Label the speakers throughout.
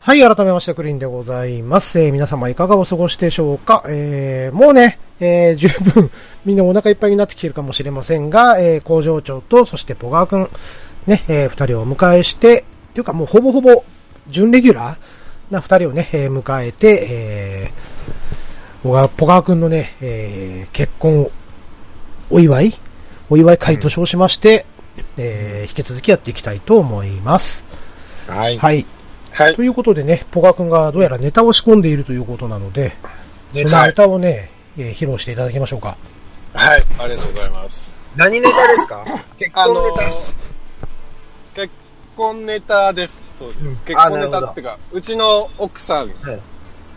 Speaker 1: はい、改めまして、クリーンでございます。えー皆様いかがお過ごしでしょうかえーもうね、えー十分、 みんなお腹いっぱいになってきてるかもしれませんが、えー工場長と、そしてポガーくん、ね、えー二人をお迎えして、というかもうほぼほぼ、準レギュラーな二人をね、えー迎えて、えーポガポガーくんのね、えー結婚を、お祝いお祝い会と称しまして、えー引き続きやっていきたいと思います。
Speaker 2: はい。
Speaker 1: はい。
Speaker 2: は い。
Speaker 1: ということでね、ポガ君がどうやらネタを仕込んでいるということなので、そのネ
Speaker 2: はい。
Speaker 1: タをね、えー披露していただきましょうか。
Speaker 2: はい。ありがとうございます。
Speaker 3: 何ネタですか結
Speaker 2: あ
Speaker 3: 婚
Speaker 2: の
Speaker 3: ネタ、
Speaker 2: 結婚ネタです。そうです。
Speaker 3: うん
Speaker 2: 結
Speaker 3: あ
Speaker 2: 婚
Speaker 3: なる
Speaker 2: ネ
Speaker 3: ほど
Speaker 2: タっていうか、うちの奥さん
Speaker 3: はい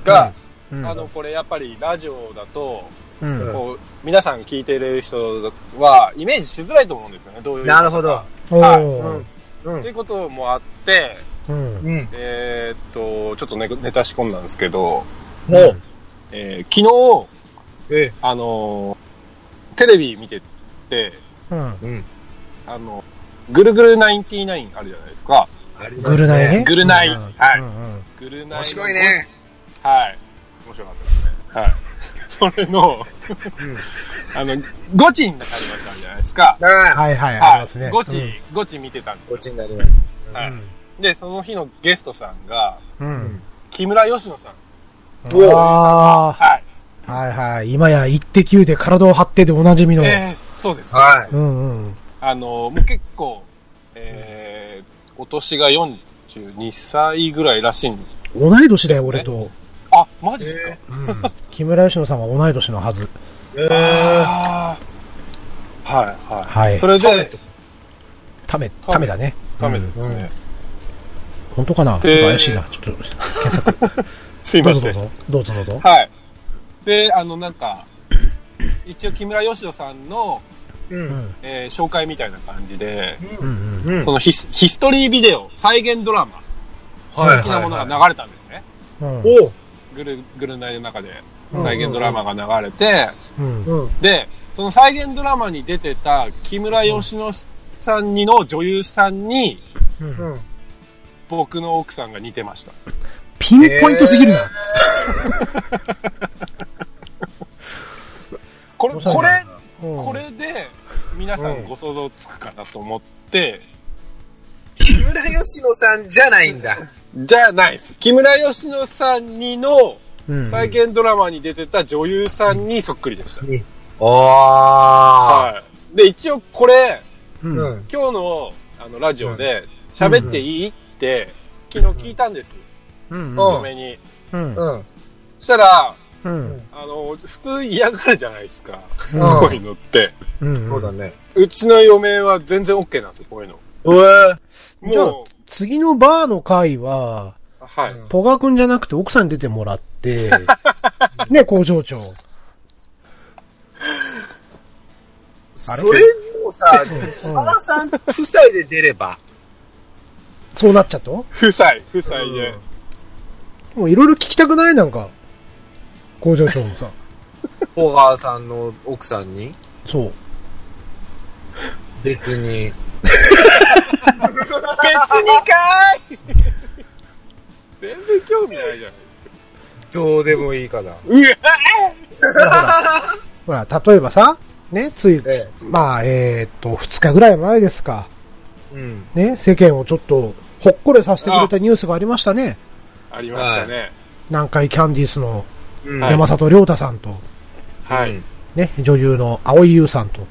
Speaker 2: が、
Speaker 1: うん
Speaker 2: あの、これやっぱりラジオだと、
Speaker 1: うん
Speaker 2: こう、皆さん聞いてる人は、イメージしづらいと思うんですよね、どういう。
Speaker 3: なるほど。
Speaker 1: お
Speaker 2: はいう
Speaker 1: ー
Speaker 3: う
Speaker 2: っていう
Speaker 3: ん。
Speaker 2: こともあって、
Speaker 1: うん。
Speaker 3: うん。
Speaker 2: えーっと、ちょっとね、ネタ仕込んだんですけど、
Speaker 3: もう、
Speaker 2: えー昨日、
Speaker 3: え
Speaker 2: あのー、テレビ見てて、
Speaker 1: うん。
Speaker 3: え。うん。
Speaker 2: あの、ぐるぐる99あるじゃないですか。
Speaker 3: あり
Speaker 1: グルナイね。
Speaker 2: グルナイ
Speaker 1: うん
Speaker 2: はい
Speaker 1: うんうん
Speaker 2: ぐるな
Speaker 3: 面白い。ね。
Speaker 2: はい。面白かったですね。はい。 それの、
Speaker 3: ん
Speaker 2: あの、ゴチになりましたじゃないですか。
Speaker 3: はい。
Speaker 1: はいはい、あり
Speaker 2: は
Speaker 1: ますね。
Speaker 2: ゴチ、ゴチ見てたんです
Speaker 3: こっ
Speaker 2: よ
Speaker 3: ち。になります。
Speaker 2: は
Speaker 1: うん
Speaker 2: い。で、その日のゲストさんが、
Speaker 1: うん。うん。
Speaker 2: 木村佳乃さん。
Speaker 3: おう
Speaker 1: あ
Speaker 2: はい。
Speaker 1: ーはいはい。今や一滴球で体を張ってでおなじみの。
Speaker 2: えーそうです。
Speaker 3: は
Speaker 2: そ
Speaker 3: い
Speaker 1: う
Speaker 2: うです
Speaker 1: んうん。
Speaker 2: あの、もう結構、えー、お年が42歳ぐらいらしいんで
Speaker 1: 同い年だよ、俺と。
Speaker 2: あ、マジですか、
Speaker 3: え
Speaker 1: うん木村佳乃さんは同い年のはず。
Speaker 3: えー
Speaker 2: あーはい、は
Speaker 1: は
Speaker 2: い。
Speaker 1: い
Speaker 2: そ。れで、
Speaker 1: ため、ためだね。
Speaker 2: ダメですね。
Speaker 1: 本当かなちょっと怪しいな。ちょっと、
Speaker 2: すい
Speaker 1: ど
Speaker 2: ま
Speaker 1: うぞど
Speaker 2: せ。
Speaker 1: うんぞ。どうぞどうぞ。
Speaker 2: はい。で、あの、なんか、一応木村佳乃さんの、
Speaker 3: う。
Speaker 1: うんん。
Speaker 2: えー紹介みたいな感じで、
Speaker 1: うんうん。
Speaker 3: うん。
Speaker 2: そのヒスヒストリービデオ、再現ドラマ
Speaker 3: はい
Speaker 2: 的なものが流れたんですね。
Speaker 1: うん
Speaker 3: おう。
Speaker 2: ぐるぐるナイの中で
Speaker 1: うん
Speaker 2: 再現ドラマが流れて、
Speaker 1: うん。
Speaker 3: うん。
Speaker 2: で、その再現ドラマに出てた木村佳乃さんにの女優さんに、
Speaker 1: うん
Speaker 3: うん。
Speaker 2: 僕の奥さんが似てました。
Speaker 1: ピンポイントすぎるな。
Speaker 2: これ、
Speaker 1: おしゃれ
Speaker 2: これ、
Speaker 1: うん
Speaker 2: これで、皆さんご想像つくかなと思って、
Speaker 3: 木村佳乃さんじゃないんだ。
Speaker 2: じゃないです。木村佳乃さんにの、
Speaker 1: うん
Speaker 2: 再現ドラマに出てた女優さんにそっくりでした。
Speaker 3: ああ。
Speaker 2: はい。で、一応これ、
Speaker 1: う。
Speaker 3: うんん。
Speaker 2: 今日のあのラジオで、喋っていいって、昨日聞いたんです。
Speaker 1: うん。
Speaker 2: 嫁に。
Speaker 1: うん。
Speaker 3: うん。
Speaker 2: そしたら、
Speaker 1: うん。
Speaker 2: あの、普通嫌がるじゃないですか。
Speaker 1: うん
Speaker 2: こういうのって。
Speaker 1: うん。
Speaker 3: そうだね。
Speaker 2: うちの嫁は全然 OK なんですよ、こういうの。
Speaker 3: うえ
Speaker 1: じゃあ
Speaker 2: も
Speaker 1: 次のバーの回は、
Speaker 2: う、はい。
Speaker 3: うん
Speaker 1: ポガ君じゃなくて奥さんに出てもらっ て、ね、工場長。
Speaker 3: それでもさ、
Speaker 1: うん
Speaker 3: 原さん夫妻で出れば。
Speaker 1: そうなっちゃったも
Speaker 2: 夫妻、夫妻で。
Speaker 1: ういろいろ聞きたくないなんか、工場長もさ。
Speaker 3: 小川さんの奥さんに
Speaker 1: そう。
Speaker 3: 別に。
Speaker 2: 別にかーい全然興味ないじゃないですか。
Speaker 3: どうでもいいかな。
Speaker 2: うわ
Speaker 1: ほら、例えばさ、ね、つい、
Speaker 3: え
Speaker 1: まあ、えーっと、2日ぐらい前ですか。
Speaker 3: え。うん。
Speaker 1: ね、世間をちょっと、ほっこりさせてくれたニュースがありましたね。
Speaker 2: ーありましたね。
Speaker 1: 南海キャンディースの
Speaker 3: うん
Speaker 1: 山里亮太さんと、
Speaker 2: はい。
Speaker 1: ね、女優の蒼井優さんと、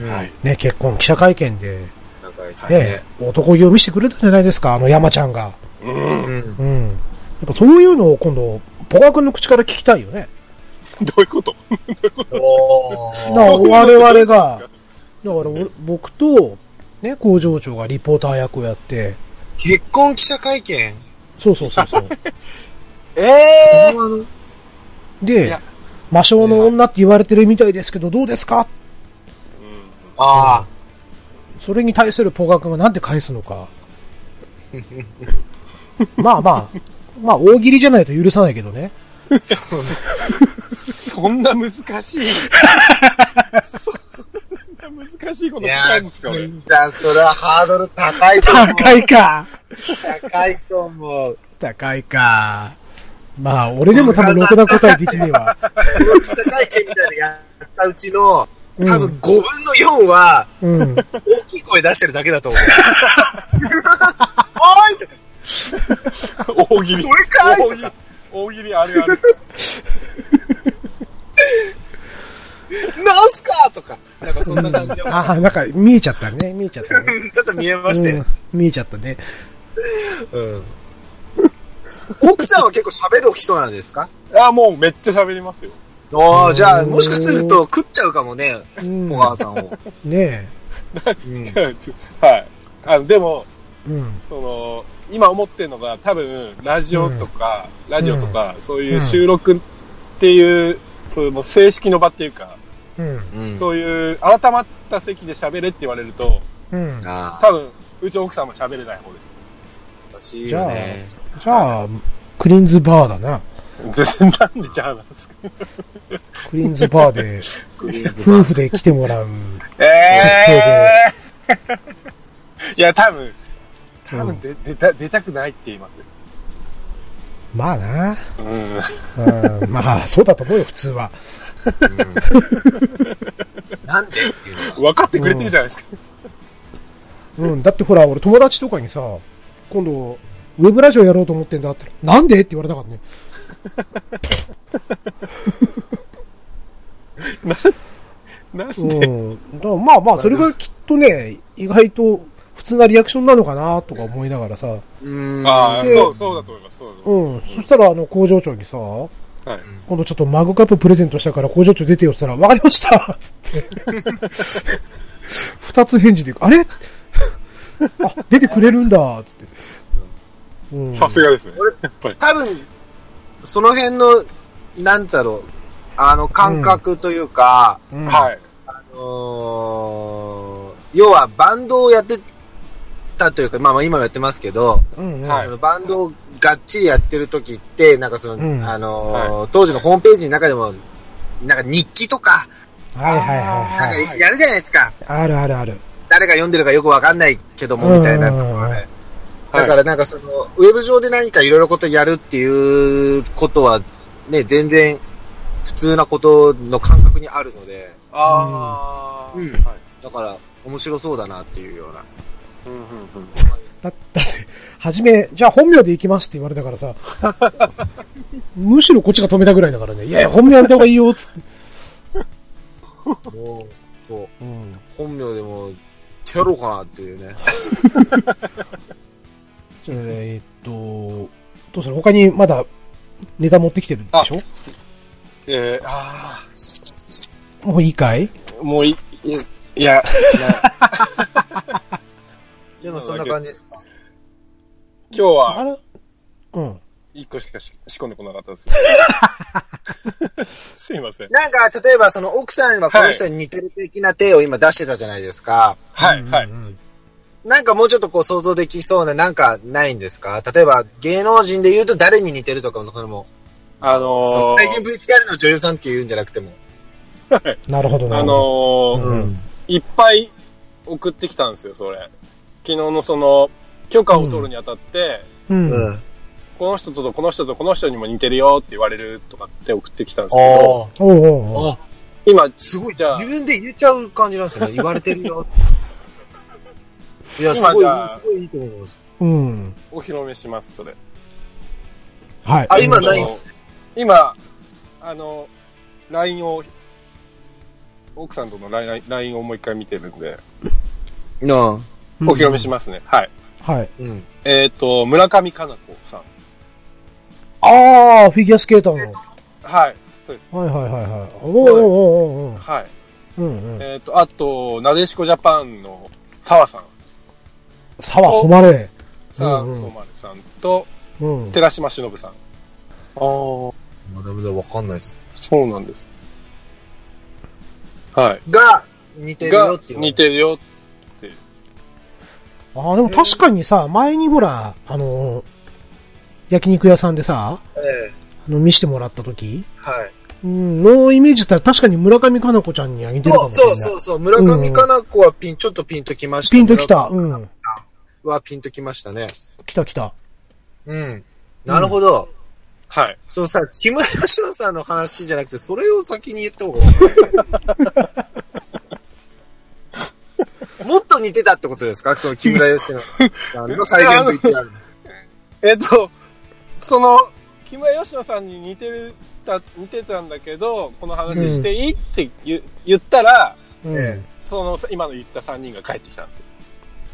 Speaker 3: うん。
Speaker 2: はい。
Speaker 1: ね、結婚記者会見で、
Speaker 3: なんか
Speaker 2: はい
Speaker 1: ね、男気を見せてくれたんじゃないですか、あの山ちゃんが。
Speaker 2: うん
Speaker 3: う。ん。
Speaker 1: うん。やっぱそういうのを今度、ポカ君の口から聞きたいよね。
Speaker 2: どういうこと
Speaker 3: お
Speaker 1: だから
Speaker 2: そういうの
Speaker 1: 我々が、だか
Speaker 2: ど
Speaker 1: ら俺僕と、ね、工場長がリポーター役をやって、
Speaker 3: 結婚記者会見
Speaker 1: そうそうそう そう。
Speaker 2: え
Speaker 3: あ
Speaker 2: え
Speaker 3: の
Speaker 2: い
Speaker 1: で
Speaker 2: や、
Speaker 1: 魔性の女って言われてるみたいですけど、どうですか
Speaker 3: あ
Speaker 1: それに対するポガ君がなんて返すの か。まあまあ、まあ大喜利じゃないと許さないけどね。
Speaker 2: そんな難 しい。そんな難しいこ
Speaker 3: あ。
Speaker 2: と聞か
Speaker 3: いや
Speaker 2: んですか、俺。
Speaker 3: ー、だ、それはハードル高いと思う。
Speaker 1: いか。
Speaker 3: 高いと思う。
Speaker 1: 高いか。まあ、俺でも多分ろくな答えできねえわ。
Speaker 3: 記者会見みたいなのやったうちの、多分5分の4は、
Speaker 1: うん。
Speaker 3: 大きい声出してるだけ だと思う。おーいとか、
Speaker 2: 大喜利。
Speaker 3: それかい
Speaker 2: 大
Speaker 3: と
Speaker 2: 喜
Speaker 3: か
Speaker 2: 利。大喜利あるある。
Speaker 3: なんすかとか、なんかそんな感じで、
Speaker 1: ああ、なんか見えちゃったね。見えちゃったね。
Speaker 3: ちょっと見えまして
Speaker 1: う、ん見えちゃったね。
Speaker 3: うん奥さんは結構喋る人なんですか
Speaker 2: あ、もうめっちゃ喋りますよ。
Speaker 3: ああ、じゃあ、もしかすると食っちゃうかもね、
Speaker 1: うん
Speaker 3: 小。川さんを。
Speaker 1: ね
Speaker 3: うん
Speaker 2: はい。あの、でも、
Speaker 1: え。うん。
Speaker 2: その、今思ってるのが多分、ラジオとか、ラジオとか、そういう収録っていう、その正式の場っていうか、
Speaker 1: うん。
Speaker 2: そういう改まった席で喋れって言われると、
Speaker 1: うん。
Speaker 3: ああ、
Speaker 2: 多分、うちの奥さんも喋れない方 で
Speaker 3: 難しいよね。
Speaker 1: じゃあ、クリンズバーだな。
Speaker 2: す。なんでじゃあなんですか
Speaker 1: クリンズバーで、
Speaker 3: クリーム
Speaker 1: 夫婦で来てもらう。
Speaker 2: ええー、いや、多分、多
Speaker 1: うん
Speaker 2: 分出、出た、出たくないって言いますよ。
Speaker 1: まあな。
Speaker 2: うん。
Speaker 1: うん。まあ、そうだと思うよ、普通は。
Speaker 3: なんでっていうのは。
Speaker 2: 分かってくれてるじゃないですか。
Speaker 1: うん。だってほら、俺友達とかにさ、今度、ウェブラジオやろうと思ってんだって言ったら。なんでって言われたからね。
Speaker 2: なんで、
Speaker 1: うん。だからまあまあ、それがきっとね、意外と普通なリアクションなのかなとか思いながらさ。
Speaker 3: うん
Speaker 2: ああ、
Speaker 1: で
Speaker 2: そう、そうだと思います。そうだと思い
Speaker 1: うん。そしたら、あの、工場長にさ、今
Speaker 2: ます。はい。
Speaker 1: 度ちょっとマグカッププレゼントしたから工場長出てよって言ったら、わかりましたつって。二つ返事で、あれあ、出てくれるんだつって。うん。
Speaker 2: さすがですね。
Speaker 3: 多分、その辺の、なんだろう、あの、感覚というか、
Speaker 1: うん
Speaker 2: はい。
Speaker 3: あのー要はバンドをやってたというか、まあまあ今もやってますけど、
Speaker 1: うんうん。
Speaker 2: はい
Speaker 3: あのバンドをがっちりやってる時って、なんかその、
Speaker 1: うん
Speaker 3: あのー
Speaker 2: は
Speaker 3: 当時のホームページの中でも、なんか日記とか、
Speaker 1: はいはい
Speaker 3: なん
Speaker 1: はいはい。
Speaker 3: かやるじゃないですか。
Speaker 1: あるあるある。
Speaker 3: 誰が読んでるかよくわかんないけども、みたいなところはね。
Speaker 2: はい
Speaker 3: だからなんかその、ウェブ上で何かいろいろことやるっていうことは、ね、全然普通なことの感覚にあるので、
Speaker 2: ああ、
Speaker 3: うん
Speaker 2: はい。
Speaker 3: だから面白そうだなっていうような。
Speaker 2: うんうんうん。
Speaker 1: だ、だって、はじめ、じゃあ本名で行きますって言われたから さ、むしろこっちが止めたぐらいだからね、いやいや、本名やめた方がいいよ、つって。
Speaker 3: もう、そ
Speaker 1: う
Speaker 3: う、
Speaker 1: ん。
Speaker 3: 本名でも、テロかなっていうね。
Speaker 1: それでえっと、どうする他にまだネタ持ってきてるでしょ
Speaker 2: えー、あ
Speaker 1: もういいかい
Speaker 2: あ、もうい、いいや、
Speaker 3: でもそんな感じですか。
Speaker 2: 今日は
Speaker 1: らうん。
Speaker 2: 一個しかし仕込んでこなかったです。す いません。
Speaker 3: なんか、例えばその奥さんはこの人に似てる的な手を今出してたじゃないですか。
Speaker 2: はい、は
Speaker 1: う
Speaker 2: い。
Speaker 1: ん
Speaker 3: なんかもうちょっとこう想像できそうな、なんかないんですか例えば芸能人で言うと誰に似てるとかのこれも。
Speaker 2: あの
Speaker 3: そう最近
Speaker 2: ー、
Speaker 3: VTR の女優さんって言うんじゃなくても。
Speaker 1: なるほどな。
Speaker 2: あのー
Speaker 1: うん
Speaker 2: いっぱい送ってきたんですよ、それ。昨日のその、許可を取るにあたって、
Speaker 1: うん。
Speaker 3: うん。
Speaker 2: この人とこの人とこの人にも似てるよって言われるとかって送ってきたんですけど、
Speaker 3: ああ。
Speaker 1: おうおうおう
Speaker 2: 今、
Speaker 3: すごい。
Speaker 2: じゃあ
Speaker 3: 自分で言っちゃう感じなんですね。言われてるよ。いや、す
Speaker 2: 今
Speaker 3: ごい、
Speaker 2: じゃあ
Speaker 3: すごいいいと思います。
Speaker 1: うん。
Speaker 2: お披露目します、それ。
Speaker 1: はい。
Speaker 3: あ今ないっす
Speaker 2: 今、あの、LINE を、奥さんとの LINE LINE をもう一回見てるんで、
Speaker 3: なあ。
Speaker 2: お披露目しますね。はい。
Speaker 1: はい。
Speaker 3: うん。
Speaker 2: えっ、と、村上佳菜子さん。
Speaker 1: ああ、フィギュアスケーターの。
Speaker 2: はい。そうです。
Speaker 1: はいはいはいはい。おうおうおうおう
Speaker 2: はい。
Speaker 1: おう。うんうん。
Speaker 2: えっ、と、あと、なでしこジャパンの澤さん。
Speaker 1: 沢誉れ。
Speaker 2: 澤
Speaker 1: うんうん
Speaker 2: 誉さんと、
Speaker 1: うん。
Speaker 2: 寺島しのぶさん。ああ、そ
Speaker 3: まだまだわかんないです。
Speaker 2: うなんです。はい。
Speaker 3: が、似てるよ
Speaker 2: が
Speaker 3: っていう。
Speaker 2: 似てるよ。
Speaker 1: ああ、でも確かにさ、前にほら、あのー、焼肉屋さんでさ、
Speaker 3: ええ
Speaker 1: あの、見してもらった時
Speaker 3: はい。
Speaker 1: うん、のイメージだったら確かに村上佳菜子ちゃんには似てるか
Speaker 3: そ
Speaker 1: も
Speaker 3: う
Speaker 1: しれない。
Speaker 3: そうそうそう。村上かな子はピン、ちょっとピンときました。
Speaker 1: ピンときた。
Speaker 3: 村上
Speaker 1: うん。
Speaker 3: はピンときましたね。
Speaker 1: 来た来た。
Speaker 3: うん。なるほど。
Speaker 2: はい。
Speaker 3: そのさ、木村佳乃さんの話じゃなくて、それを先に言った方が面白いもっと似てたってことですかその木村佳乃さんの再現 VTR。
Speaker 2: えっと、その、木村佳乃さんに似てるた、似てたんだけど、この話していいって言,、言ったら、
Speaker 1: うん
Speaker 3: え
Speaker 2: その、今の言った3人が帰ってきたんですよ。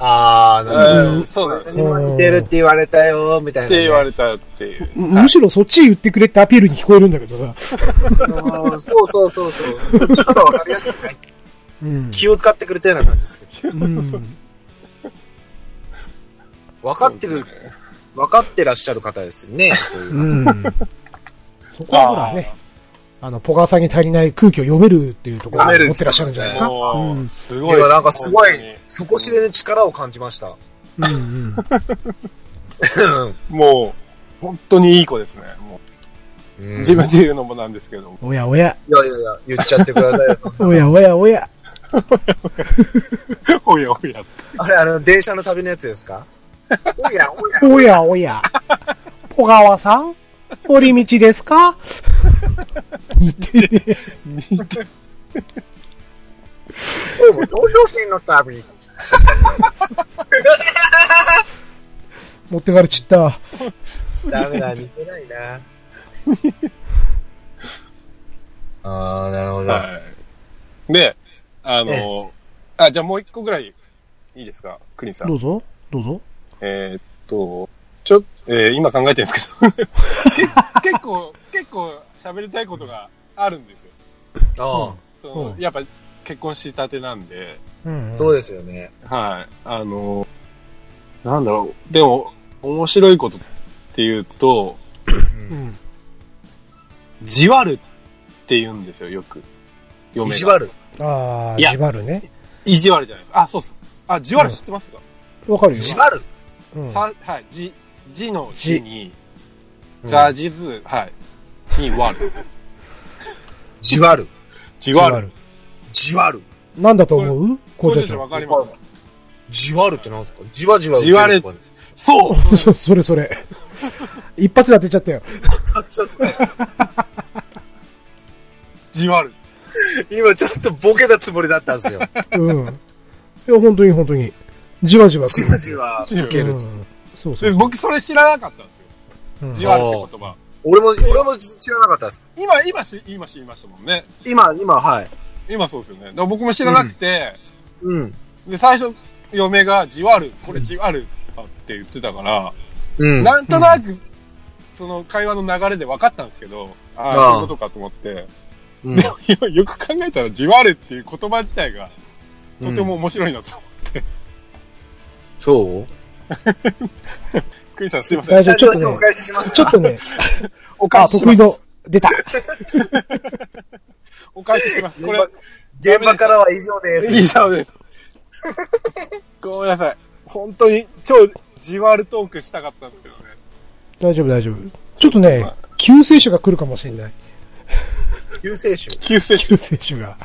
Speaker 3: あー、なる
Speaker 1: ん
Speaker 2: うんそうなんです
Speaker 3: ほ
Speaker 2: よ。
Speaker 3: ど。今似てるって言われたよ、みたいな、
Speaker 2: って言われたっていう。
Speaker 1: むむしろそっち言ってくれってアピールに聞こえるんだけどさ。
Speaker 3: うんそうそうそうそう。ちょっとわかりやすくない。
Speaker 1: うん。
Speaker 3: 気を使ってくれたような感じですけど。
Speaker 1: うん
Speaker 3: 分かってる、分かってらっしゃる方ですよね。そういう
Speaker 1: うん。そこはほらね、あの、ポガーさんに足りない空気を読めるっていうところを
Speaker 3: 読める
Speaker 1: 持ってらっしゃるんじゃ
Speaker 2: あ
Speaker 1: ない
Speaker 2: ー
Speaker 1: ですか。
Speaker 2: もう
Speaker 1: うん
Speaker 2: す
Speaker 3: い
Speaker 2: ごい
Speaker 3: や、なんかすごい
Speaker 2: 本当に、
Speaker 3: 底知れぬ力を感じました。
Speaker 1: うんうん。
Speaker 2: もう、本当にいい子ですね。もう
Speaker 3: 自
Speaker 2: 自分で言うのもなんですけども。
Speaker 1: おやおや、
Speaker 3: いやいやいや、言っちゃってくださいよ。
Speaker 1: おやおやおや。
Speaker 2: おやおや。
Speaker 3: あれ、あの、電車の旅のやつですか おやおや。
Speaker 1: おやおや。ポガワさん堀道ですか 似てね。
Speaker 3: でも、同僚船の旅。
Speaker 1: 持ってかれちった。
Speaker 3: ダメだ、似てないな。 あー、なるほど。
Speaker 2: はい。で、あの、あ、じゃあもう一個ぐらい、いいですかクリンさ
Speaker 1: ど
Speaker 2: ん。
Speaker 1: うぞ、どうぞ。
Speaker 2: えーっと、ちょ、えー今考えてるんですけど。け結構、結構喋りたいことがあるんですよ。
Speaker 3: あ
Speaker 2: その
Speaker 1: う、ん
Speaker 2: やっぱ結婚したてなんで、
Speaker 1: うん
Speaker 3: ーそうですよね。
Speaker 2: はい。あの、なんだろう。でも、面白いことっていうと、
Speaker 1: うん。
Speaker 2: じわるって言うんですよ、よく。嫁
Speaker 3: 意
Speaker 2: が
Speaker 3: 地悪。
Speaker 1: あ
Speaker 2: い
Speaker 1: あ、
Speaker 2: や
Speaker 1: じばるね。
Speaker 2: 意地悪じゃないですか。あ、そうそう。あ、じわる知ってますか、
Speaker 1: わかるよ
Speaker 3: 意。地悪
Speaker 1: うん
Speaker 2: さはい、じ、じの
Speaker 1: じ
Speaker 2: じに、ザジズ、はい、にわる。
Speaker 3: じわる。
Speaker 2: じわる。。
Speaker 3: じわる。
Speaker 1: なんだと思う
Speaker 2: こ
Speaker 1: 工
Speaker 2: れ
Speaker 1: 場
Speaker 2: ちょっとわ
Speaker 1: 長。
Speaker 2: かりますか
Speaker 3: じわるってなんですかじわじわ。
Speaker 2: じわる
Speaker 3: 受けるとか
Speaker 2: そう
Speaker 1: そ、それそれ。一発で当てちゃったよ。
Speaker 2: じわる。
Speaker 3: 今ちょっとボケたつもりだったんですよ。
Speaker 1: うん。いや、本当に本当に。じわじわ来
Speaker 3: じ
Speaker 1: る。
Speaker 3: わじわ。
Speaker 2: じわ
Speaker 3: 受ける
Speaker 1: う。んそうそ
Speaker 2: で
Speaker 1: う。
Speaker 2: 僕それ知らなかったんですよ。
Speaker 1: うん
Speaker 2: じわるって言葉。
Speaker 3: 俺も、俺も知らなかったです。
Speaker 2: 今、今し、今知りましたもんね。
Speaker 3: 今、今、はい。
Speaker 2: 今そうですよね。だから僕も知らなくて、
Speaker 3: うん。
Speaker 2: で、最初、嫁がじわる、これじわるって言ってたから、
Speaker 3: うん。
Speaker 2: なんとなく、その会話の流れで分かったんですけど、ああ、
Speaker 3: ああ
Speaker 2: そういうことかと思って、
Speaker 3: うん
Speaker 2: でもよよく考えたら、じわるっていう言葉自体が、とても面白い なと。
Speaker 3: そう
Speaker 2: クリスさんすいません。
Speaker 1: 大丈夫、ちょっと
Speaker 3: じゃあ
Speaker 1: ね
Speaker 3: お、返ししますか
Speaker 1: ちょっとね、
Speaker 2: お
Speaker 1: あ、
Speaker 2: 返しし
Speaker 1: 得
Speaker 2: ま
Speaker 1: 意
Speaker 2: す。
Speaker 1: の、出た。
Speaker 2: お返しします。これ、
Speaker 3: 現場からは以上です。
Speaker 2: 以上です。 ごめんなさい。本当に、超じわるトークしたかったんですけどね。
Speaker 1: 大丈夫、大丈夫。ちょっとね、救世主が来るかもしれない。
Speaker 3: 救世主。
Speaker 2: 救世主。
Speaker 1: 救世主が。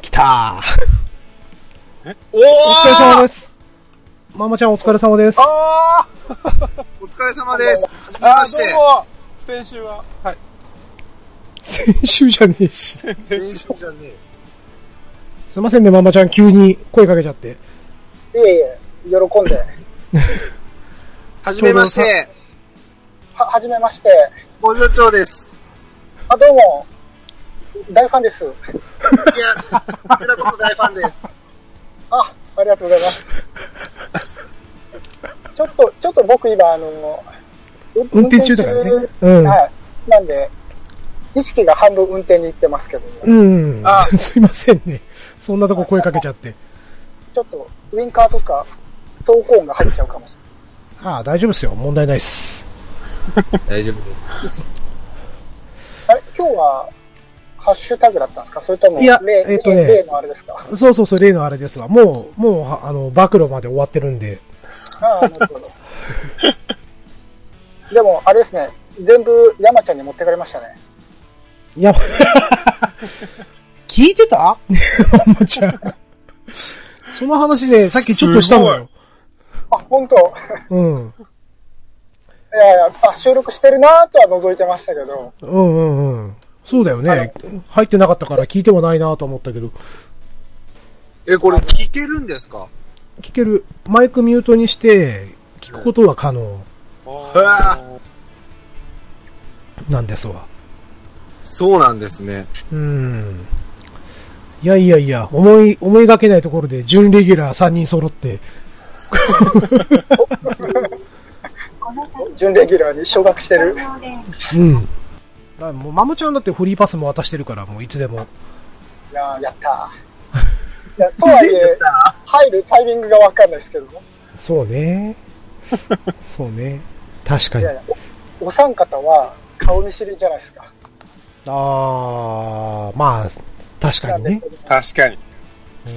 Speaker 1: 来たー。
Speaker 3: お
Speaker 1: お疲れ様です。ママちゃんお疲れ様です。
Speaker 2: あ
Speaker 3: お疲れ様です。はじ
Speaker 2: ー
Speaker 3: め
Speaker 2: あ
Speaker 3: まし
Speaker 2: ー、
Speaker 3: て
Speaker 2: どう。も先週は、はい。
Speaker 1: 先週じゃねえし。す
Speaker 2: 先
Speaker 3: 練
Speaker 2: 週。
Speaker 3: 習じゃね
Speaker 1: いませんね、ママちゃん急に声かけちゃって。
Speaker 3: え。いえいえ、喜ん で。はじめまして、
Speaker 4: は、はじめまして。
Speaker 3: 工場長です。
Speaker 4: あ、どうも。大ファンです。
Speaker 3: いや、こちらこそ大ファンです。
Speaker 4: あ、ありがとうございます。ちょっと、ちょっと僕今、あの、う
Speaker 1: 運転中だからね
Speaker 4: 運転中
Speaker 1: うん
Speaker 4: はい。なんで、意識が半分運転に行ってますけど、
Speaker 1: うん
Speaker 3: あ。
Speaker 1: すいませんね。そんなとこ声かけちゃって。
Speaker 4: ちょっとウインカーとか、走行音が入っちゃうかもし
Speaker 1: ああ、大丈夫ですよ。問題ないっす。
Speaker 3: 大丈夫です。
Speaker 4: れない。あれ今日は、ハッシュタグだったんですかそれとも、
Speaker 1: いや
Speaker 4: 例、
Speaker 1: えっとね
Speaker 4: 例のあれですか
Speaker 1: そうそうそう、例のあれですわ。もう、もうは、あの、暴露まで終わってるんで。
Speaker 4: ああ、なるほど。でも、あれですね。全部山ちゃんに持ってかれましたね。
Speaker 1: いや、聞いて たママちゃん。その話ね、さっきちょっとしたのよ。
Speaker 4: あ、本当。
Speaker 1: うん。
Speaker 4: いやいや、あ、収録してるなとは覗いてましたけど、
Speaker 1: うんうんうん。そうだよね。入ってなかったから聞いてもないなと思ったけど。
Speaker 3: え、これ聞けるんですか
Speaker 1: 聞ける。マイクミュートにして、聞くことは可能
Speaker 3: ー
Speaker 1: なんですわ。
Speaker 3: そうなんですね。
Speaker 1: うん。いやいやいや、思い、思いがけないところで、準レギュラー3人揃って、
Speaker 4: 準レギュラーに昇格してる。
Speaker 1: うん。もう、マムちゃんだってフリーパスも渡してるから、もういつでも。
Speaker 4: いやーやったー。いやとはい え、入るタイミングがわかんないですけどね。
Speaker 1: そう ね。そうね。確か
Speaker 4: い
Speaker 1: に。
Speaker 4: やい
Speaker 1: あ
Speaker 4: や、おお三方は顔見知りじゃないですか。
Speaker 1: あー、まあ、確かにね。
Speaker 2: 確かに。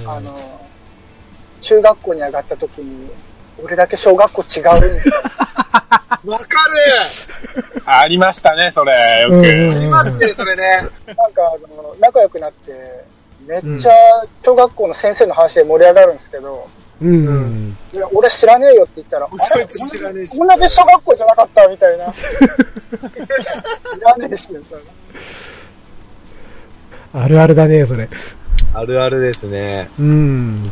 Speaker 1: うん
Speaker 4: あの、中学校に上がった時に、俺だけ小学校違うみたいな。
Speaker 3: わかる
Speaker 2: あありましたね、それ。よく。
Speaker 1: うんうん
Speaker 3: ありますね、それね。
Speaker 4: なんかあの、仲良くなって、めっちゃ小学校の先生の話で盛り上がるんですけど、
Speaker 1: うんうん。
Speaker 4: いや俺知らねえよって言ったら、
Speaker 3: そ
Speaker 4: あ
Speaker 3: い
Speaker 4: れ
Speaker 3: つ知らねえし。
Speaker 4: 同じ小学校じゃなかったみた いな。知らねえし、みたいな。
Speaker 1: あるあるだね、それ。
Speaker 3: あるあるですね。
Speaker 1: うん。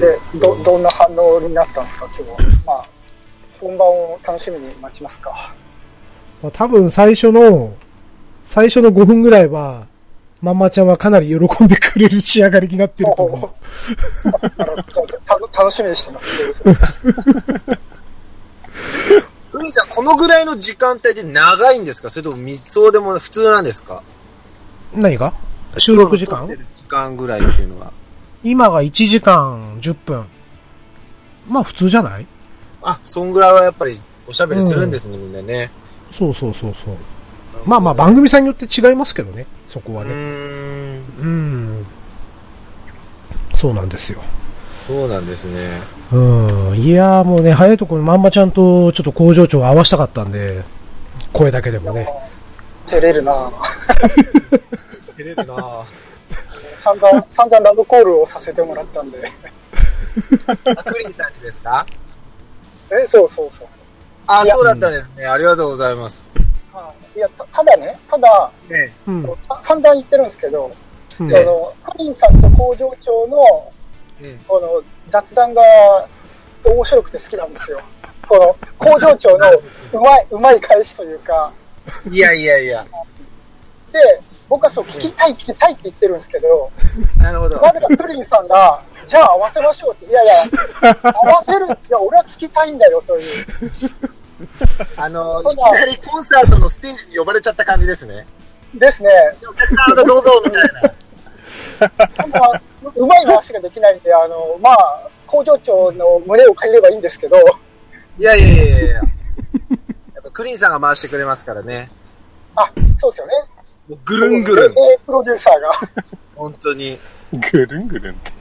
Speaker 4: で、ど、どんな反応になったんですか、今日は。まあ、本番を楽しみに待ちますか。
Speaker 1: まあ多分最初の、最初の5分ぐらいは、ママちゃんはかなり喜んでくれる仕上がりになってると思う。
Speaker 4: あのちょっとた楽しみにしてます。
Speaker 3: 海さん、このぐらいの時間帯で長いんですかそれともみ、そうでも普通なんですか
Speaker 1: 何が収録時間
Speaker 3: 時間ぐらいっていうのは。
Speaker 1: 今が1時間10分。まあ普通じゃない
Speaker 3: あ、そんぐらいはやっぱりおしゃべりするんですね、みんなね。
Speaker 1: そうそうそうそう。まあまあ番組さんによって違いますけどね、そこは
Speaker 3: う
Speaker 1: ね。
Speaker 3: ーん。
Speaker 1: うん。そうなんですよ。
Speaker 3: そうなんですね。
Speaker 1: うん。いやーもうね、早いところにまんまちゃんとちょっと工場長を合わしたかったんで、声だけでもね。
Speaker 4: 照れるなぁ
Speaker 3: 照れるなぁ。
Speaker 4: 散々、散々ラブコールをさせてもらったんで。
Speaker 3: あ、クリンさんにですか
Speaker 4: え、そうそうそう。
Speaker 3: あ、そうだったんですね。ありがとうございます。
Speaker 4: はいいや、たただね、ただ、
Speaker 3: ね
Speaker 1: うん。
Speaker 4: そうた散々言ってるんですけど、
Speaker 1: うん
Speaker 4: その、クリンさんと工場長の、
Speaker 3: ね
Speaker 4: この、雑談が面白くて好きなんですよ。この、工場長のうまい、うまい返しというか、
Speaker 3: いやいやいや。
Speaker 4: で、僕はそう、聞きたい、聞きたいって言ってるんですけど、
Speaker 3: なるほど。
Speaker 4: なぜかクリンさんが、じゃあ合わせましょうって、いやいや、合わせる、いや、俺は聞きたいんだよという。
Speaker 3: あの、
Speaker 4: そう
Speaker 3: いき
Speaker 4: だ
Speaker 3: なりコンサートのステージに呼ばれちゃった感じですね。
Speaker 4: ですね。
Speaker 3: お客さんどうぞ、みたいな。
Speaker 4: まあ、ううまい回しができないんで、あの、まあ、工場長の胸を借りればいいんですけど、
Speaker 3: いやいやいやいややっぱクリンさんが回してくれますからね。
Speaker 4: あ、そうですよね。
Speaker 3: もうぐるんぐるん。
Speaker 4: えプロデューサーが。
Speaker 3: 本当に。
Speaker 2: ぐるんぐるんって。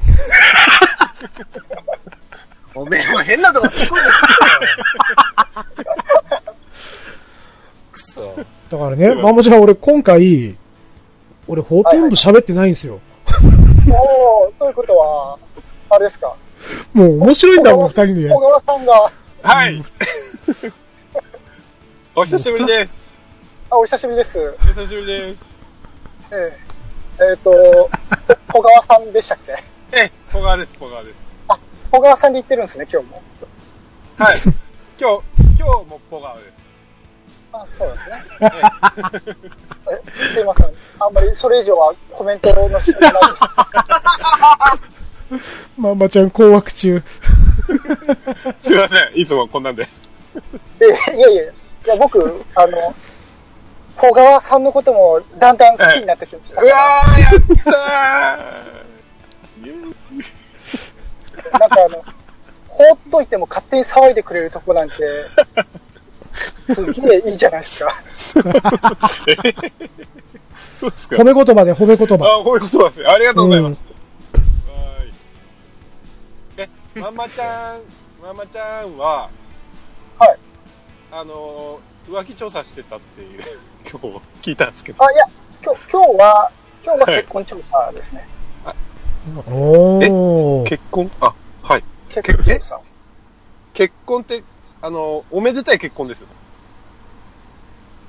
Speaker 3: おめえも変なとこ突っ込んでく そ。
Speaker 1: だからね、ママちゃん俺今回、俺ほとんど喋ってないんですよ。
Speaker 4: おおということは、あれですか。
Speaker 1: もう面白いんだもん、二
Speaker 4: 小
Speaker 1: 人のや
Speaker 4: 川さんが、
Speaker 2: はい。お久しぶりです。
Speaker 4: あ、お久しぶりです。
Speaker 2: お久しぶりです。
Speaker 4: えええっ、 と、小川さんでしたっけ
Speaker 2: え、小川です、小川です。
Speaker 4: あ、小川さんで言ってるんですね、今日も。
Speaker 2: はい。今日、今日も小川です。
Speaker 4: あ、そうですね。えすいません。あんまりそれ以上はコメントのしようがないです。
Speaker 1: ママちゃん困惑中。
Speaker 2: すいません。いつもこんなんで。
Speaker 4: でいやいやいや、僕、あの、小川さんのこともだんだん好きになってきました
Speaker 2: う
Speaker 4: から、
Speaker 2: わー、やった
Speaker 4: なんかあの、放っといても勝手に騒いでくれるとこ なんて、すげえいいじゃないですか。
Speaker 2: ーそうですか
Speaker 1: 褒。め言葉で褒め言葉。
Speaker 2: あ、こういうことですね。ありがとうございます。はーい。え、ママちゃん、ママちゃんは、
Speaker 4: はい。
Speaker 2: あのー、浮気調査してたっていう、今日聞いたんですけど。
Speaker 4: あ、いや、今日、今日は、今日は結婚調査ですね。
Speaker 1: おー。
Speaker 2: 結婚あ、はい。
Speaker 4: 結婚調査。
Speaker 2: 結婚ってあの、おめでたい結婚ですよね。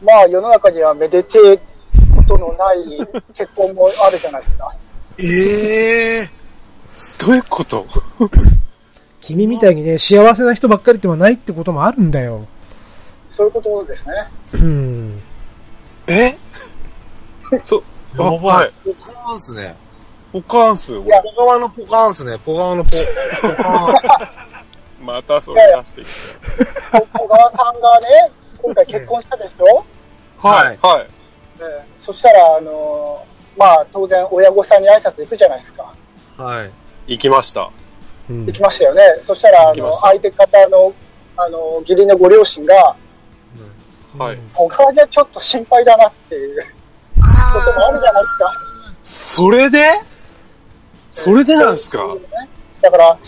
Speaker 4: まあ世の中にはめでてえことの ない結婚もあるじゃないですか。
Speaker 3: ええ
Speaker 2: どういうこと
Speaker 1: 君みたいにね、幸せな人ばっかりではないってこともあるんだよ。
Speaker 4: そういうことですね。
Speaker 1: うん。
Speaker 2: えそう。あ、
Speaker 5: やば
Speaker 2: はいい。
Speaker 3: ポカーンっすね。
Speaker 2: ポカーンスを。
Speaker 4: や
Speaker 3: ポカワのポカーンっすね。ポカワのポ、ポカーン。
Speaker 2: またそれ出してき
Speaker 4: 小小川さんがね、今回結婚したでしょ、
Speaker 2: た。
Speaker 3: はい
Speaker 2: はい。
Speaker 4: ええそしたら、あのーまあ当然親御さんに挨拶行くじゃないですか。
Speaker 3: はい。
Speaker 2: 行きました。
Speaker 1: うん
Speaker 4: 行きましたよね。そしたら、あ
Speaker 2: 行きま
Speaker 4: の、
Speaker 2: した
Speaker 4: 相手方の、あの、義理のご両親が、
Speaker 2: はい。
Speaker 4: 小川じゃちょっと心配だなっていうこともあるじゃないですか。
Speaker 2: それでそれでなんですか
Speaker 4: そういうねだから、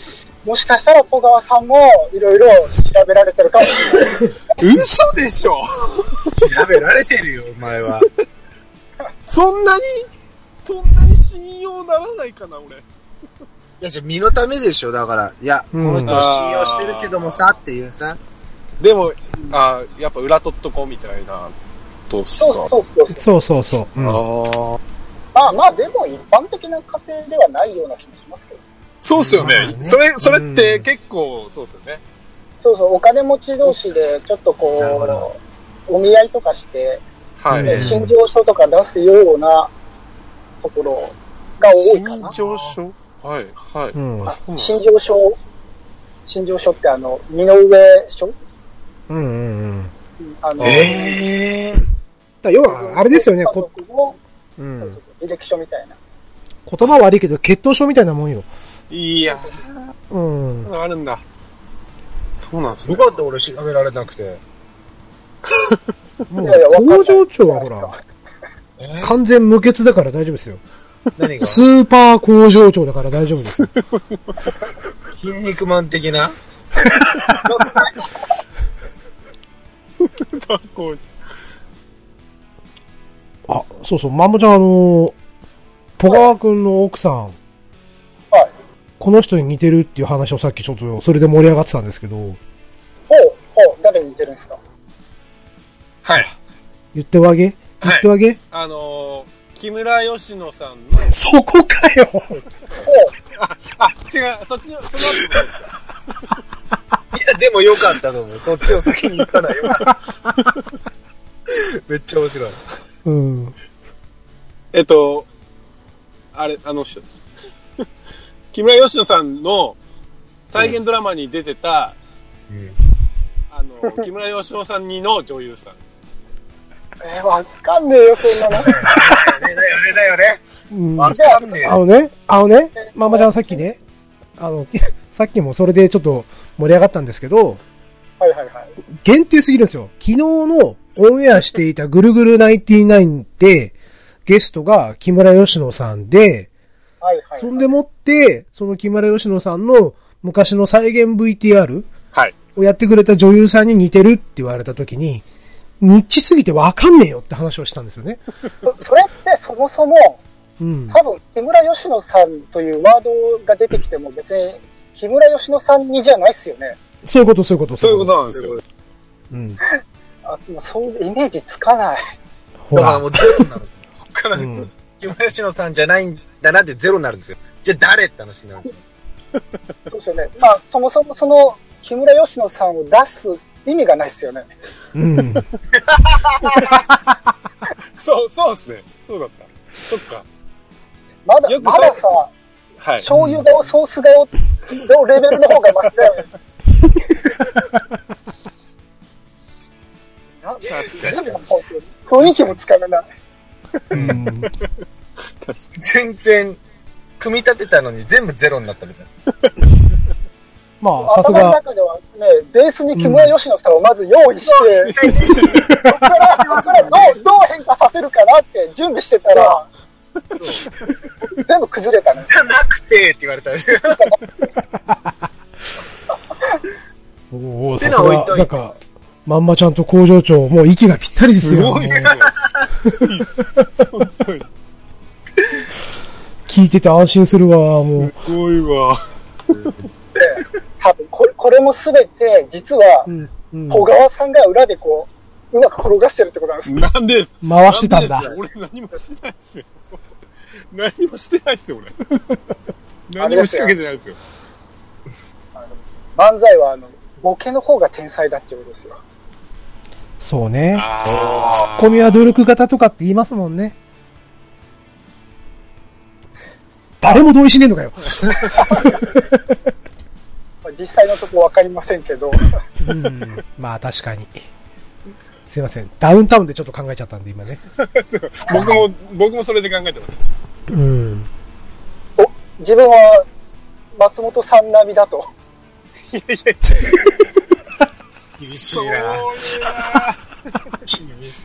Speaker 4: もしかしたら小川さんもいろいろ調べられてるかもしれない。
Speaker 2: 嘘でしょ
Speaker 3: 調べられてるよ、お前は。
Speaker 2: そんなにそんなに信用ならないかな、俺。
Speaker 3: いや、じゃあ身のためでしょ、だから。いや、
Speaker 1: うん
Speaker 3: この人を信用してるけどもさ、っていうさ。
Speaker 2: でも、あやっぱ裏取っとこうみたいな、どうっすか
Speaker 4: そうそうそうそう。
Speaker 1: そうそうそう。うん
Speaker 2: ああ。
Speaker 4: まあまあ、でも一般的な家庭ではないような気もしますけど。
Speaker 2: そうっすよね。
Speaker 1: まあね
Speaker 2: それ、それっ
Speaker 1: う
Speaker 2: て
Speaker 1: ん
Speaker 2: 結構、そうっすよね。
Speaker 4: そうそう、お金持ち同士でちょっと
Speaker 3: なるほど
Speaker 4: こう、お見合いとかして、
Speaker 2: はい。
Speaker 1: うん
Speaker 4: 心情書とか出すようなところが多いかな
Speaker 2: 身。長症はい、はい。
Speaker 1: うん
Speaker 2: あそうなんです
Speaker 4: 心
Speaker 2: ね
Speaker 4: 情書、心情書ってあの、身の上書
Speaker 1: うんうんうん。
Speaker 4: あの、
Speaker 3: ええ
Speaker 1: だ要は、あれですよね、
Speaker 4: 家
Speaker 1: こ
Speaker 4: 族の
Speaker 1: うん
Speaker 4: そうそうそう履歴書みたいな。
Speaker 1: 言葉悪いけど、血統症みたいなもんよ。
Speaker 2: いや、
Speaker 1: うん。
Speaker 2: あるんだ。そうなんです
Speaker 3: よ
Speaker 2: ね。
Speaker 3: かった、俺調べられなくて。
Speaker 1: もう
Speaker 4: いやいやわかんない
Speaker 1: 工場長はほら、
Speaker 3: え
Speaker 1: 完全無欠だから大丈夫ですよ。
Speaker 3: 何が
Speaker 1: スーパー工場長だから大丈夫ですよ。
Speaker 3: 筋肉マン的な
Speaker 2: こう
Speaker 1: あ、そうそう、まんまちゃん、あのー、ポガワ君の奥さん、
Speaker 4: はい。
Speaker 1: この人に似てるっていう話をさっきちょっと、それで盛り上がってたんですけど、
Speaker 4: ほう、ほう、誰に似てるんですか
Speaker 2: はい。
Speaker 1: 言ってはあげ言ってはあげ、
Speaker 2: あのー、木村佳乃さんの、
Speaker 1: そこかよ
Speaker 4: ほ
Speaker 2: あ、違う、そっちの、その後です
Speaker 3: いや、でもよかったと思う。こっちを先に言ったのはよかった。 めっちゃ面白い。
Speaker 1: うん。
Speaker 2: えっと、あれ、あの人です。 木村佳乃さんの再現ドラマに出てた、あの、木村佳乃さんにの女優さん。
Speaker 4: う。えー、わかんねえよ、そん なの。
Speaker 3: あれだよ、あれだよね。
Speaker 1: うん、
Speaker 3: わ
Speaker 1: あ
Speaker 3: かんねえよ。
Speaker 1: のね、あのね、まんまちゃんさっきね、あの、 さっきもそれでちょっと盛り上がったんですけど、
Speaker 4: はいはいはい。
Speaker 1: 限定すぎるんですよ。昨日のオンエアしていたぐるぐる99で、ゲストが木村佳乃さんで、
Speaker 4: はいはい。
Speaker 1: そんでもって、その木村佳乃さんの昔の再現 VTR
Speaker 2: はい。
Speaker 1: をやってくれた女優さんに似てるって言われた時に、ニッチすぎてわかんねえよって話をしたんですよね。
Speaker 4: そそれってそもそも、
Speaker 1: うん。
Speaker 4: 多分、木村佳乃さんというワードが出てきても別に、木村佳乃さんにじゃないっすよね。
Speaker 1: そういうこと、そういうこと。
Speaker 2: そういうことなんですよ。
Speaker 1: うん。
Speaker 4: あもうそういうイメージつ かない。
Speaker 1: ほ
Speaker 3: だか
Speaker 1: ら
Speaker 3: らも。うゼロになる。こっから、
Speaker 1: うん
Speaker 3: 木村佳乃さんじゃないんだなってゼロになるんですよ。じゃあ誰って話になるんですよ。
Speaker 4: そうですよね。まあ、そもそもその、木村佳乃さんを出す意味がないっすよね。
Speaker 1: うん。
Speaker 2: そう、そうですね。そうだった。そっか。
Speaker 4: まだ
Speaker 2: よ、く
Speaker 4: ま
Speaker 2: さ
Speaker 4: ださ、
Speaker 2: はい。
Speaker 4: 醤油顔、ソース顔のレベルの方がマシだよね。な
Speaker 2: 確かに。
Speaker 4: 雰囲気もつかめない。
Speaker 1: うん
Speaker 2: 確か
Speaker 3: 全然、組み立てたのに全部ゼロになったみたいな。
Speaker 1: まあ、さす
Speaker 4: 頭の
Speaker 1: が、
Speaker 4: 中ではね、ベースに木村佳乃さんをまず用意して、そこからそれどうどう変化させるかなって準備してたら、全部崩れたのよ。
Speaker 3: じゃなくてって言われたらしい。
Speaker 1: おお
Speaker 3: て
Speaker 1: さ
Speaker 3: の
Speaker 1: す
Speaker 3: は置い
Speaker 1: が、
Speaker 3: といて
Speaker 1: なんか、まんまちゃんと工場長、もう息がぴったりですよ。もう
Speaker 2: に。
Speaker 1: 聞いてて安心するわ、もう。
Speaker 2: すごいわ。
Speaker 4: 多分これ、これもすべて、実は
Speaker 1: う、ん。うん。
Speaker 4: 小川さんが裏でこう、うまく転がしてるってことなんです。
Speaker 2: なんで
Speaker 1: 回してたんだ。
Speaker 2: 俺何もしてないですよ。何もしてないです よ、俺。
Speaker 4: あ
Speaker 2: 何
Speaker 4: れ
Speaker 2: も
Speaker 4: です
Speaker 2: 仕
Speaker 4: よ
Speaker 2: 掛けてないですよ。
Speaker 4: 漫才は、あの、ボケの方が天才だってことですよ。
Speaker 1: そうね。
Speaker 2: あー
Speaker 1: ツッコミは努力型とかって言いますもんね。誰も同意しねえのかよ。
Speaker 4: まあ、実際のとこわかりませんけど、
Speaker 1: うん。まあ確かに。すいません。ダウンタウンでちょっと考えちゃったんで、今ね。
Speaker 2: 僕も、僕もそれで考えてます。
Speaker 1: うん。
Speaker 4: お自分は、松本さん並みだと。
Speaker 2: いやいや、
Speaker 3: 厳しい
Speaker 2: そう
Speaker 3: な。厳し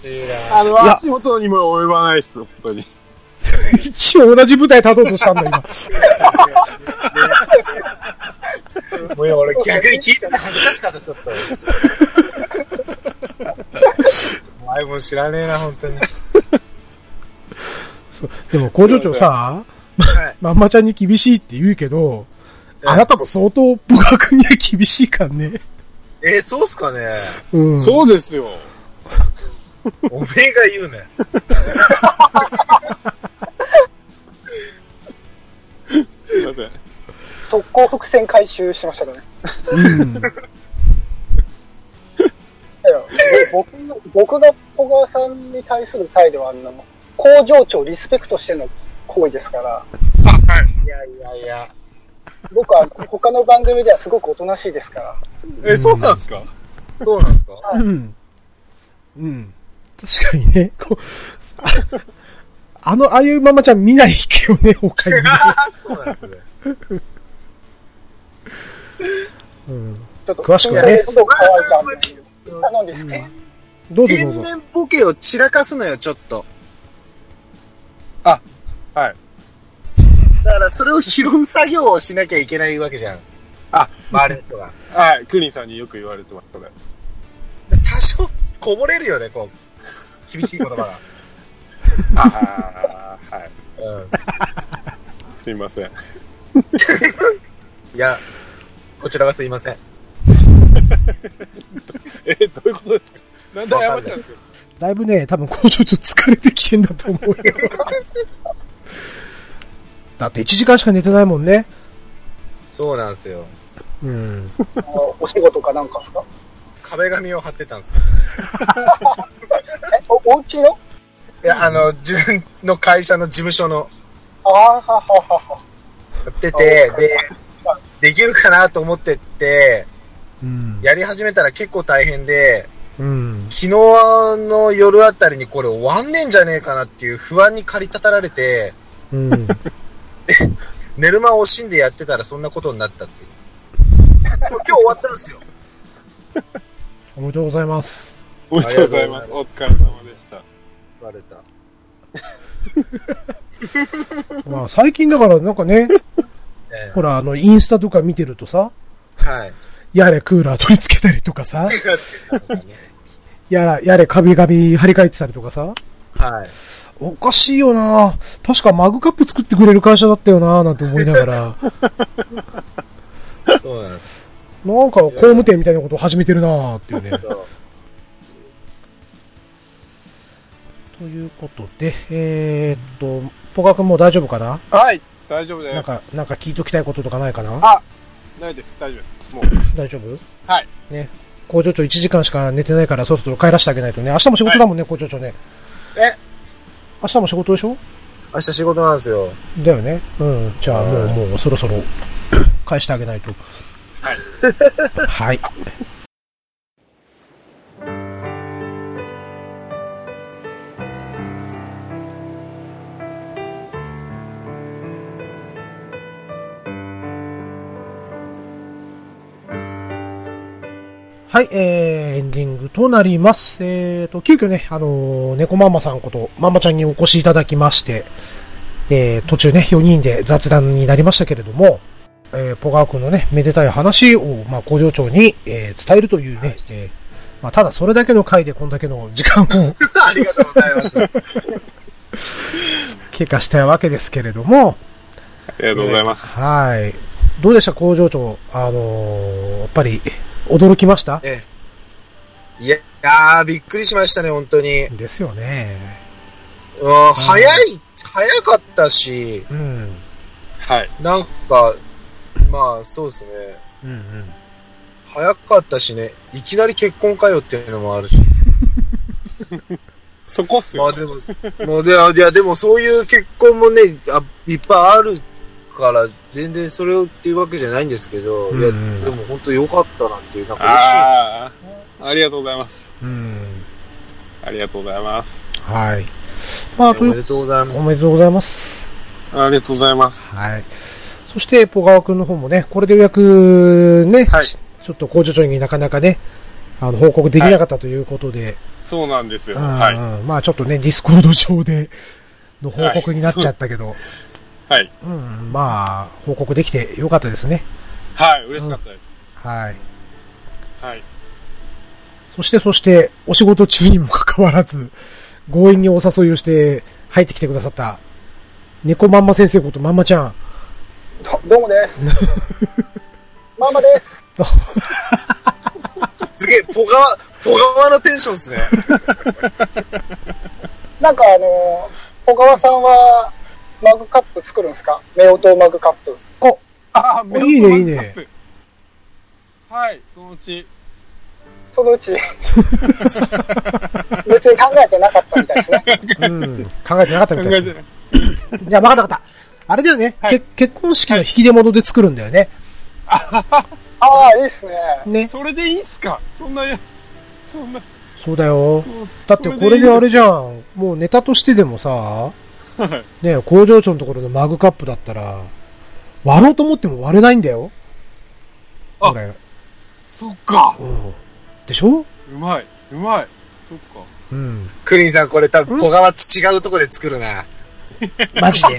Speaker 3: いな。
Speaker 2: あの、足元にも及ばないです、本当に。
Speaker 1: 一応同じ舞台立とうとしたんだ、今。
Speaker 3: もう俺逆に聞いてて恥ずかしかった、ちょっ と。お前も知らねえな、本当に。
Speaker 1: そうでも工場長さ、
Speaker 3: はい。
Speaker 1: まんまちゃんに厳しいって言うけど、
Speaker 3: え
Speaker 1: あなたも相当部学には厳しいからね。
Speaker 3: えー、そうっすかね。
Speaker 1: うん。
Speaker 2: そうですよ。
Speaker 3: おめえが言うね。
Speaker 2: すいません。
Speaker 4: 特攻伏線回収しましたからね。
Speaker 1: う ん。
Speaker 4: いや僕の僕が小川さんに対する態度はあんなの、工場長をリスペクトしての行為ですから、
Speaker 3: いやいやいや。
Speaker 4: 僕は他の番組ではすごくおとなしいですから、
Speaker 2: え、そうなんですか
Speaker 3: そうなんですか
Speaker 1: うん。うん。確かにね。こうああの、ああいうママちゃん見ないけどね、他 に。
Speaker 3: そうなんですね。
Speaker 1: うん、
Speaker 4: ちょっと
Speaker 1: 詳しくはね
Speaker 4: 小川さんがあなんですか、
Speaker 1: どうぞどう
Speaker 3: 天
Speaker 1: ぞ。
Speaker 3: 然ボケを散らかすのよ、ちょっと。
Speaker 2: あ、はい。
Speaker 3: だからそれを拾う作業をしなきゃいけないわけじゃん。
Speaker 2: あ、
Speaker 3: 周りの人が。
Speaker 2: はい、クリンさんによく言われてます、それ。
Speaker 3: 多少 こぼれるよね、こう。厳しい言葉が。
Speaker 2: ああ、はい。
Speaker 3: うん。
Speaker 2: すいません。
Speaker 3: いや、こちらはすいません。
Speaker 2: え、どういうことですかなんで謝っちゃうんですか
Speaker 1: だいぶね、多分工場長疲れてきてんだと思うよ。だって1時間しか寝てないもんね。
Speaker 3: そうなんですよ。
Speaker 1: うん。
Speaker 4: あのお仕事かなんかですか
Speaker 3: 壁紙を貼ってたんですよ。
Speaker 4: えおお家の
Speaker 3: いや、あの、自分の会社の事務所の
Speaker 4: ああ、ははは
Speaker 3: 貼ってて、で、できるかなと思ってって、
Speaker 1: うん。
Speaker 3: やり始めたら結構大変で、
Speaker 1: うん。
Speaker 3: 昨日の夜あたりにこれ終わんねえんじゃねえかなっていう不安に駆り立たられて、
Speaker 1: うん。
Speaker 3: 寝る間を惜しんでやってたらそんなことになったっていう。これ今日終わったんですよ。
Speaker 1: おめでとうございます。
Speaker 2: おめでとうございます。お疲れ様でした。
Speaker 3: バレた。
Speaker 1: まあ最近だからなんかね、
Speaker 3: え
Speaker 1: ほらあのインスタとか見てるとさ、
Speaker 3: えはい。
Speaker 1: やれクーラー取り付けたりとかさ、
Speaker 3: は
Speaker 1: やら、やれ壁紙張り替えてたりとかさ、
Speaker 3: い。
Speaker 1: おかしいよな確かマグカップ作ってくれる会社だったよななんて思いなが ら、
Speaker 3: そうなんです
Speaker 1: なんか工務店みたいなことを始めてるなっていうね。
Speaker 3: よ。
Speaker 1: ということで、えー、っと、ポカ君もう大丈夫かな
Speaker 2: はい、大丈夫
Speaker 1: な
Speaker 2: で
Speaker 1: んか、
Speaker 2: す。
Speaker 1: なんか聞いときたいこととかないかな
Speaker 2: あないです、大丈夫です。もう。
Speaker 1: 大丈夫
Speaker 2: はい。
Speaker 1: ね。工場長1時間しか寝てないからそろそろ帰らせてあげないとね。明日も仕事だもんね、工場長ね。
Speaker 3: え
Speaker 1: 明日も仕事でしょ
Speaker 3: 明日仕事なんですよ。
Speaker 1: だよね。うん。じゃあもう、
Speaker 3: うん
Speaker 1: もうそろ そろ返してあげないと。 はい。はい。はい、えー、エンディングとなります。えーと、急遽ね、あのー猫ママさんこと、ママちゃんにお越しいただきまして、えー途中ね、4人で雑談になりましたけれども、えーポガー君のね、めでたい話を、まあ、工場長に、えー伝えるというね、えーまあ、ただそれだけの回でこんだけの時 間を
Speaker 3: ありがとうございます。あ
Speaker 1: 経過したわけですけれども、
Speaker 2: ありがとうございます。
Speaker 1: はい。どうでした、工場長。あのーやっぱり、驚きました
Speaker 3: ええ。いや、いやーびっくりしましたね、本当に。
Speaker 1: ですよね。
Speaker 3: うん、早い、早かったし、
Speaker 1: うん。
Speaker 2: はい。
Speaker 3: なんか、まあ、そうですね。
Speaker 1: うんうん。
Speaker 3: 早かったしね、いきなり結婚かよっていうのもあるし。
Speaker 2: そこっすよ
Speaker 3: まあ。でも、もうでいやでもそういう結婚もねあ、いっぱいあるから、全然それをっていうわけじゃないんですけど、いや、
Speaker 1: うんうん
Speaker 3: でも本当良かったなっていう、なんか嬉しい。
Speaker 2: ああ、ありがとうございます。
Speaker 1: うん。
Speaker 2: ありがとうございます。
Speaker 1: はい。まあ、と
Speaker 3: お
Speaker 1: い
Speaker 3: め
Speaker 1: う
Speaker 3: でとうございます
Speaker 1: お。めでとうございます。
Speaker 2: ありがとうございます。
Speaker 1: はい。そして、ポガワ君の方もね、これでようやく、ね、
Speaker 2: はい
Speaker 1: ちょっと工場長になかなかね、あの、報告できなかったということで、
Speaker 2: そうなんですよ。
Speaker 1: うん
Speaker 2: はい。
Speaker 1: まあちょっとね、ディスコード上での報告になっちゃったけど、
Speaker 2: はい。
Speaker 1: うん、まあ、報告できてよかったですね。
Speaker 2: はい。嬉しかったです。
Speaker 1: はい。
Speaker 2: はい。
Speaker 1: そして、そして、お仕事中にもかかわらず、強引にお誘いをして入ってきてくださった、猫まんま先生ことまんまちゃん。
Speaker 4: どどう もです。ママです。
Speaker 3: すげえ、ポガワ、ポガワのテンションですね。
Speaker 4: なんかあのー、小川さんは、マグカップ作るんですか夫婦マグカップ。
Speaker 2: ああ、
Speaker 1: いいねいいね。
Speaker 2: はい。そのうち。
Speaker 4: そのうち、別に考えてなかったみたい ですね。
Speaker 1: うん、考えてなかった
Speaker 2: 考
Speaker 1: み
Speaker 2: え
Speaker 1: たいですね
Speaker 2: てない。
Speaker 1: じゃあ、わかったわかった。あれだよね、
Speaker 2: はい
Speaker 1: け結婚式の引き出物で作るんだよね。
Speaker 4: ああ、いいっすね。
Speaker 1: ね。
Speaker 2: それでいいっすかそんな、そんな。
Speaker 1: そうだよ。
Speaker 2: そう
Speaker 1: だってこれであれじゃん。もうネタとしてでもさ、
Speaker 2: それでいいです
Speaker 1: ね、工場長のところのマグカップだったら、割ろうと思っても割れないんだよ。
Speaker 2: あ
Speaker 1: これ。
Speaker 2: そっか。
Speaker 1: うん。でしょ
Speaker 2: うまい。うまい。そっか。
Speaker 1: うん。
Speaker 3: クリンさん、これ多分、ポガワ違うとこで作るな。
Speaker 1: マ ジで。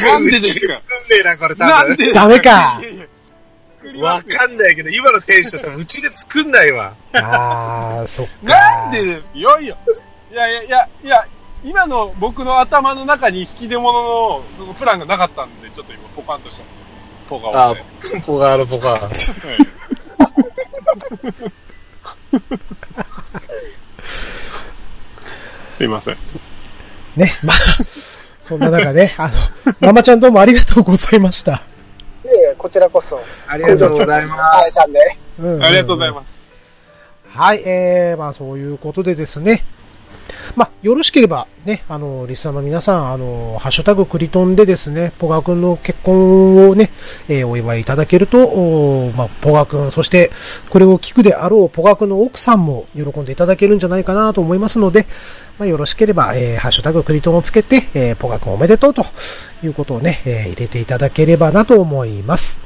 Speaker 2: なんでですか
Speaker 3: うち作んねえな、これ多分。
Speaker 2: なんで
Speaker 1: ダメか
Speaker 2: いやいや作りま
Speaker 3: わ
Speaker 2: すよ
Speaker 3: かんないけど、今のテンション多分、うちで作んないわ。
Speaker 1: あー、そっか。
Speaker 2: なんでですかいやいや。いやいやいや、いや、今の僕の頭の中に引き出物の、そのプランがなかったんで、ちょっと今、ポカンとした。ポカ
Speaker 3: あ
Speaker 2: をね。
Speaker 3: ー、ポガワのポガワ。
Speaker 2: はいすいません。
Speaker 1: ね、まあ、そんな中ね、あの、ママちゃんどうもありがとうございました。
Speaker 4: いえいえ、こちらこそ。
Speaker 3: ありがとうございます。
Speaker 4: 会えたんで。
Speaker 1: うん
Speaker 2: ありがとうござい
Speaker 1: す
Speaker 2: ます。
Speaker 1: はい、えー、まあそういうことでですね。まあ、よろしければ、ね、あの、リスナーの皆さん、あの、ハッシュタグクリトンでですね、ポガ君の結婚をね、えーお祝いいただけると、おーまあ、ポガ君、そして、これを聞くであろうポガ君の奥さんも喜んでいただけるんじゃないかなと思いますので、まあ、よろしければ、えーハッシュタグクリトンをつけて、えーポガ君おめでとうということをね、えー入れていただければなと思います。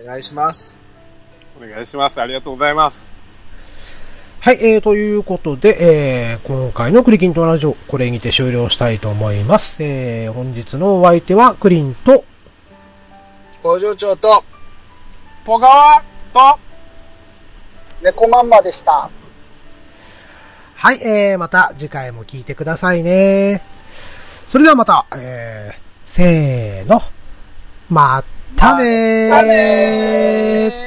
Speaker 3: お願いします。
Speaker 2: お願いします。ありがとうございます。
Speaker 1: はい、えー、ということで、えー、今回のクリキントラジオ、これにて終了したいと思います。えー、本日のお相手は、クリンと、
Speaker 3: 工場長と、
Speaker 2: ポカワと、
Speaker 4: 猫まんまでした。
Speaker 1: はい、えー、また次回も聞いてくださいね。それではまた、えー、せーの、またねー。
Speaker 4: またね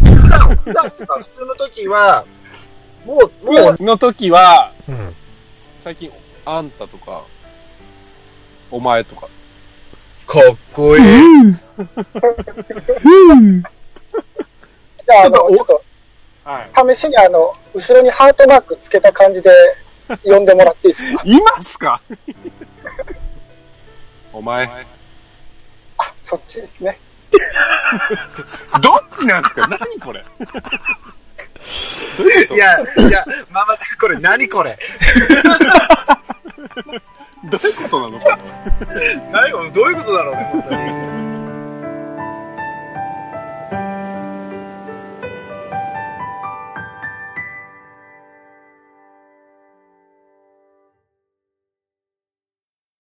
Speaker 3: 普段、普段とか普通の時は、もう、もう、
Speaker 2: の時は、
Speaker 1: うん。
Speaker 2: 最近、あんたとか、お前とか。
Speaker 3: かっこいい。
Speaker 4: じゃあ、あの、
Speaker 3: ちょっとお
Speaker 4: ちょっと、
Speaker 2: はい。
Speaker 4: 試しにあの、後ろにハートマークつけた感じで呼んでもらっていいですか
Speaker 2: いますか お前、
Speaker 4: あ、そっちね。
Speaker 2: どっちなんですか何これ
Speaker 3: いや、いや、ママちゃん、これ何これ
Speaker 2: どういうことなのこれ
Speaker 3: 何これどういうことだろうね、本当に。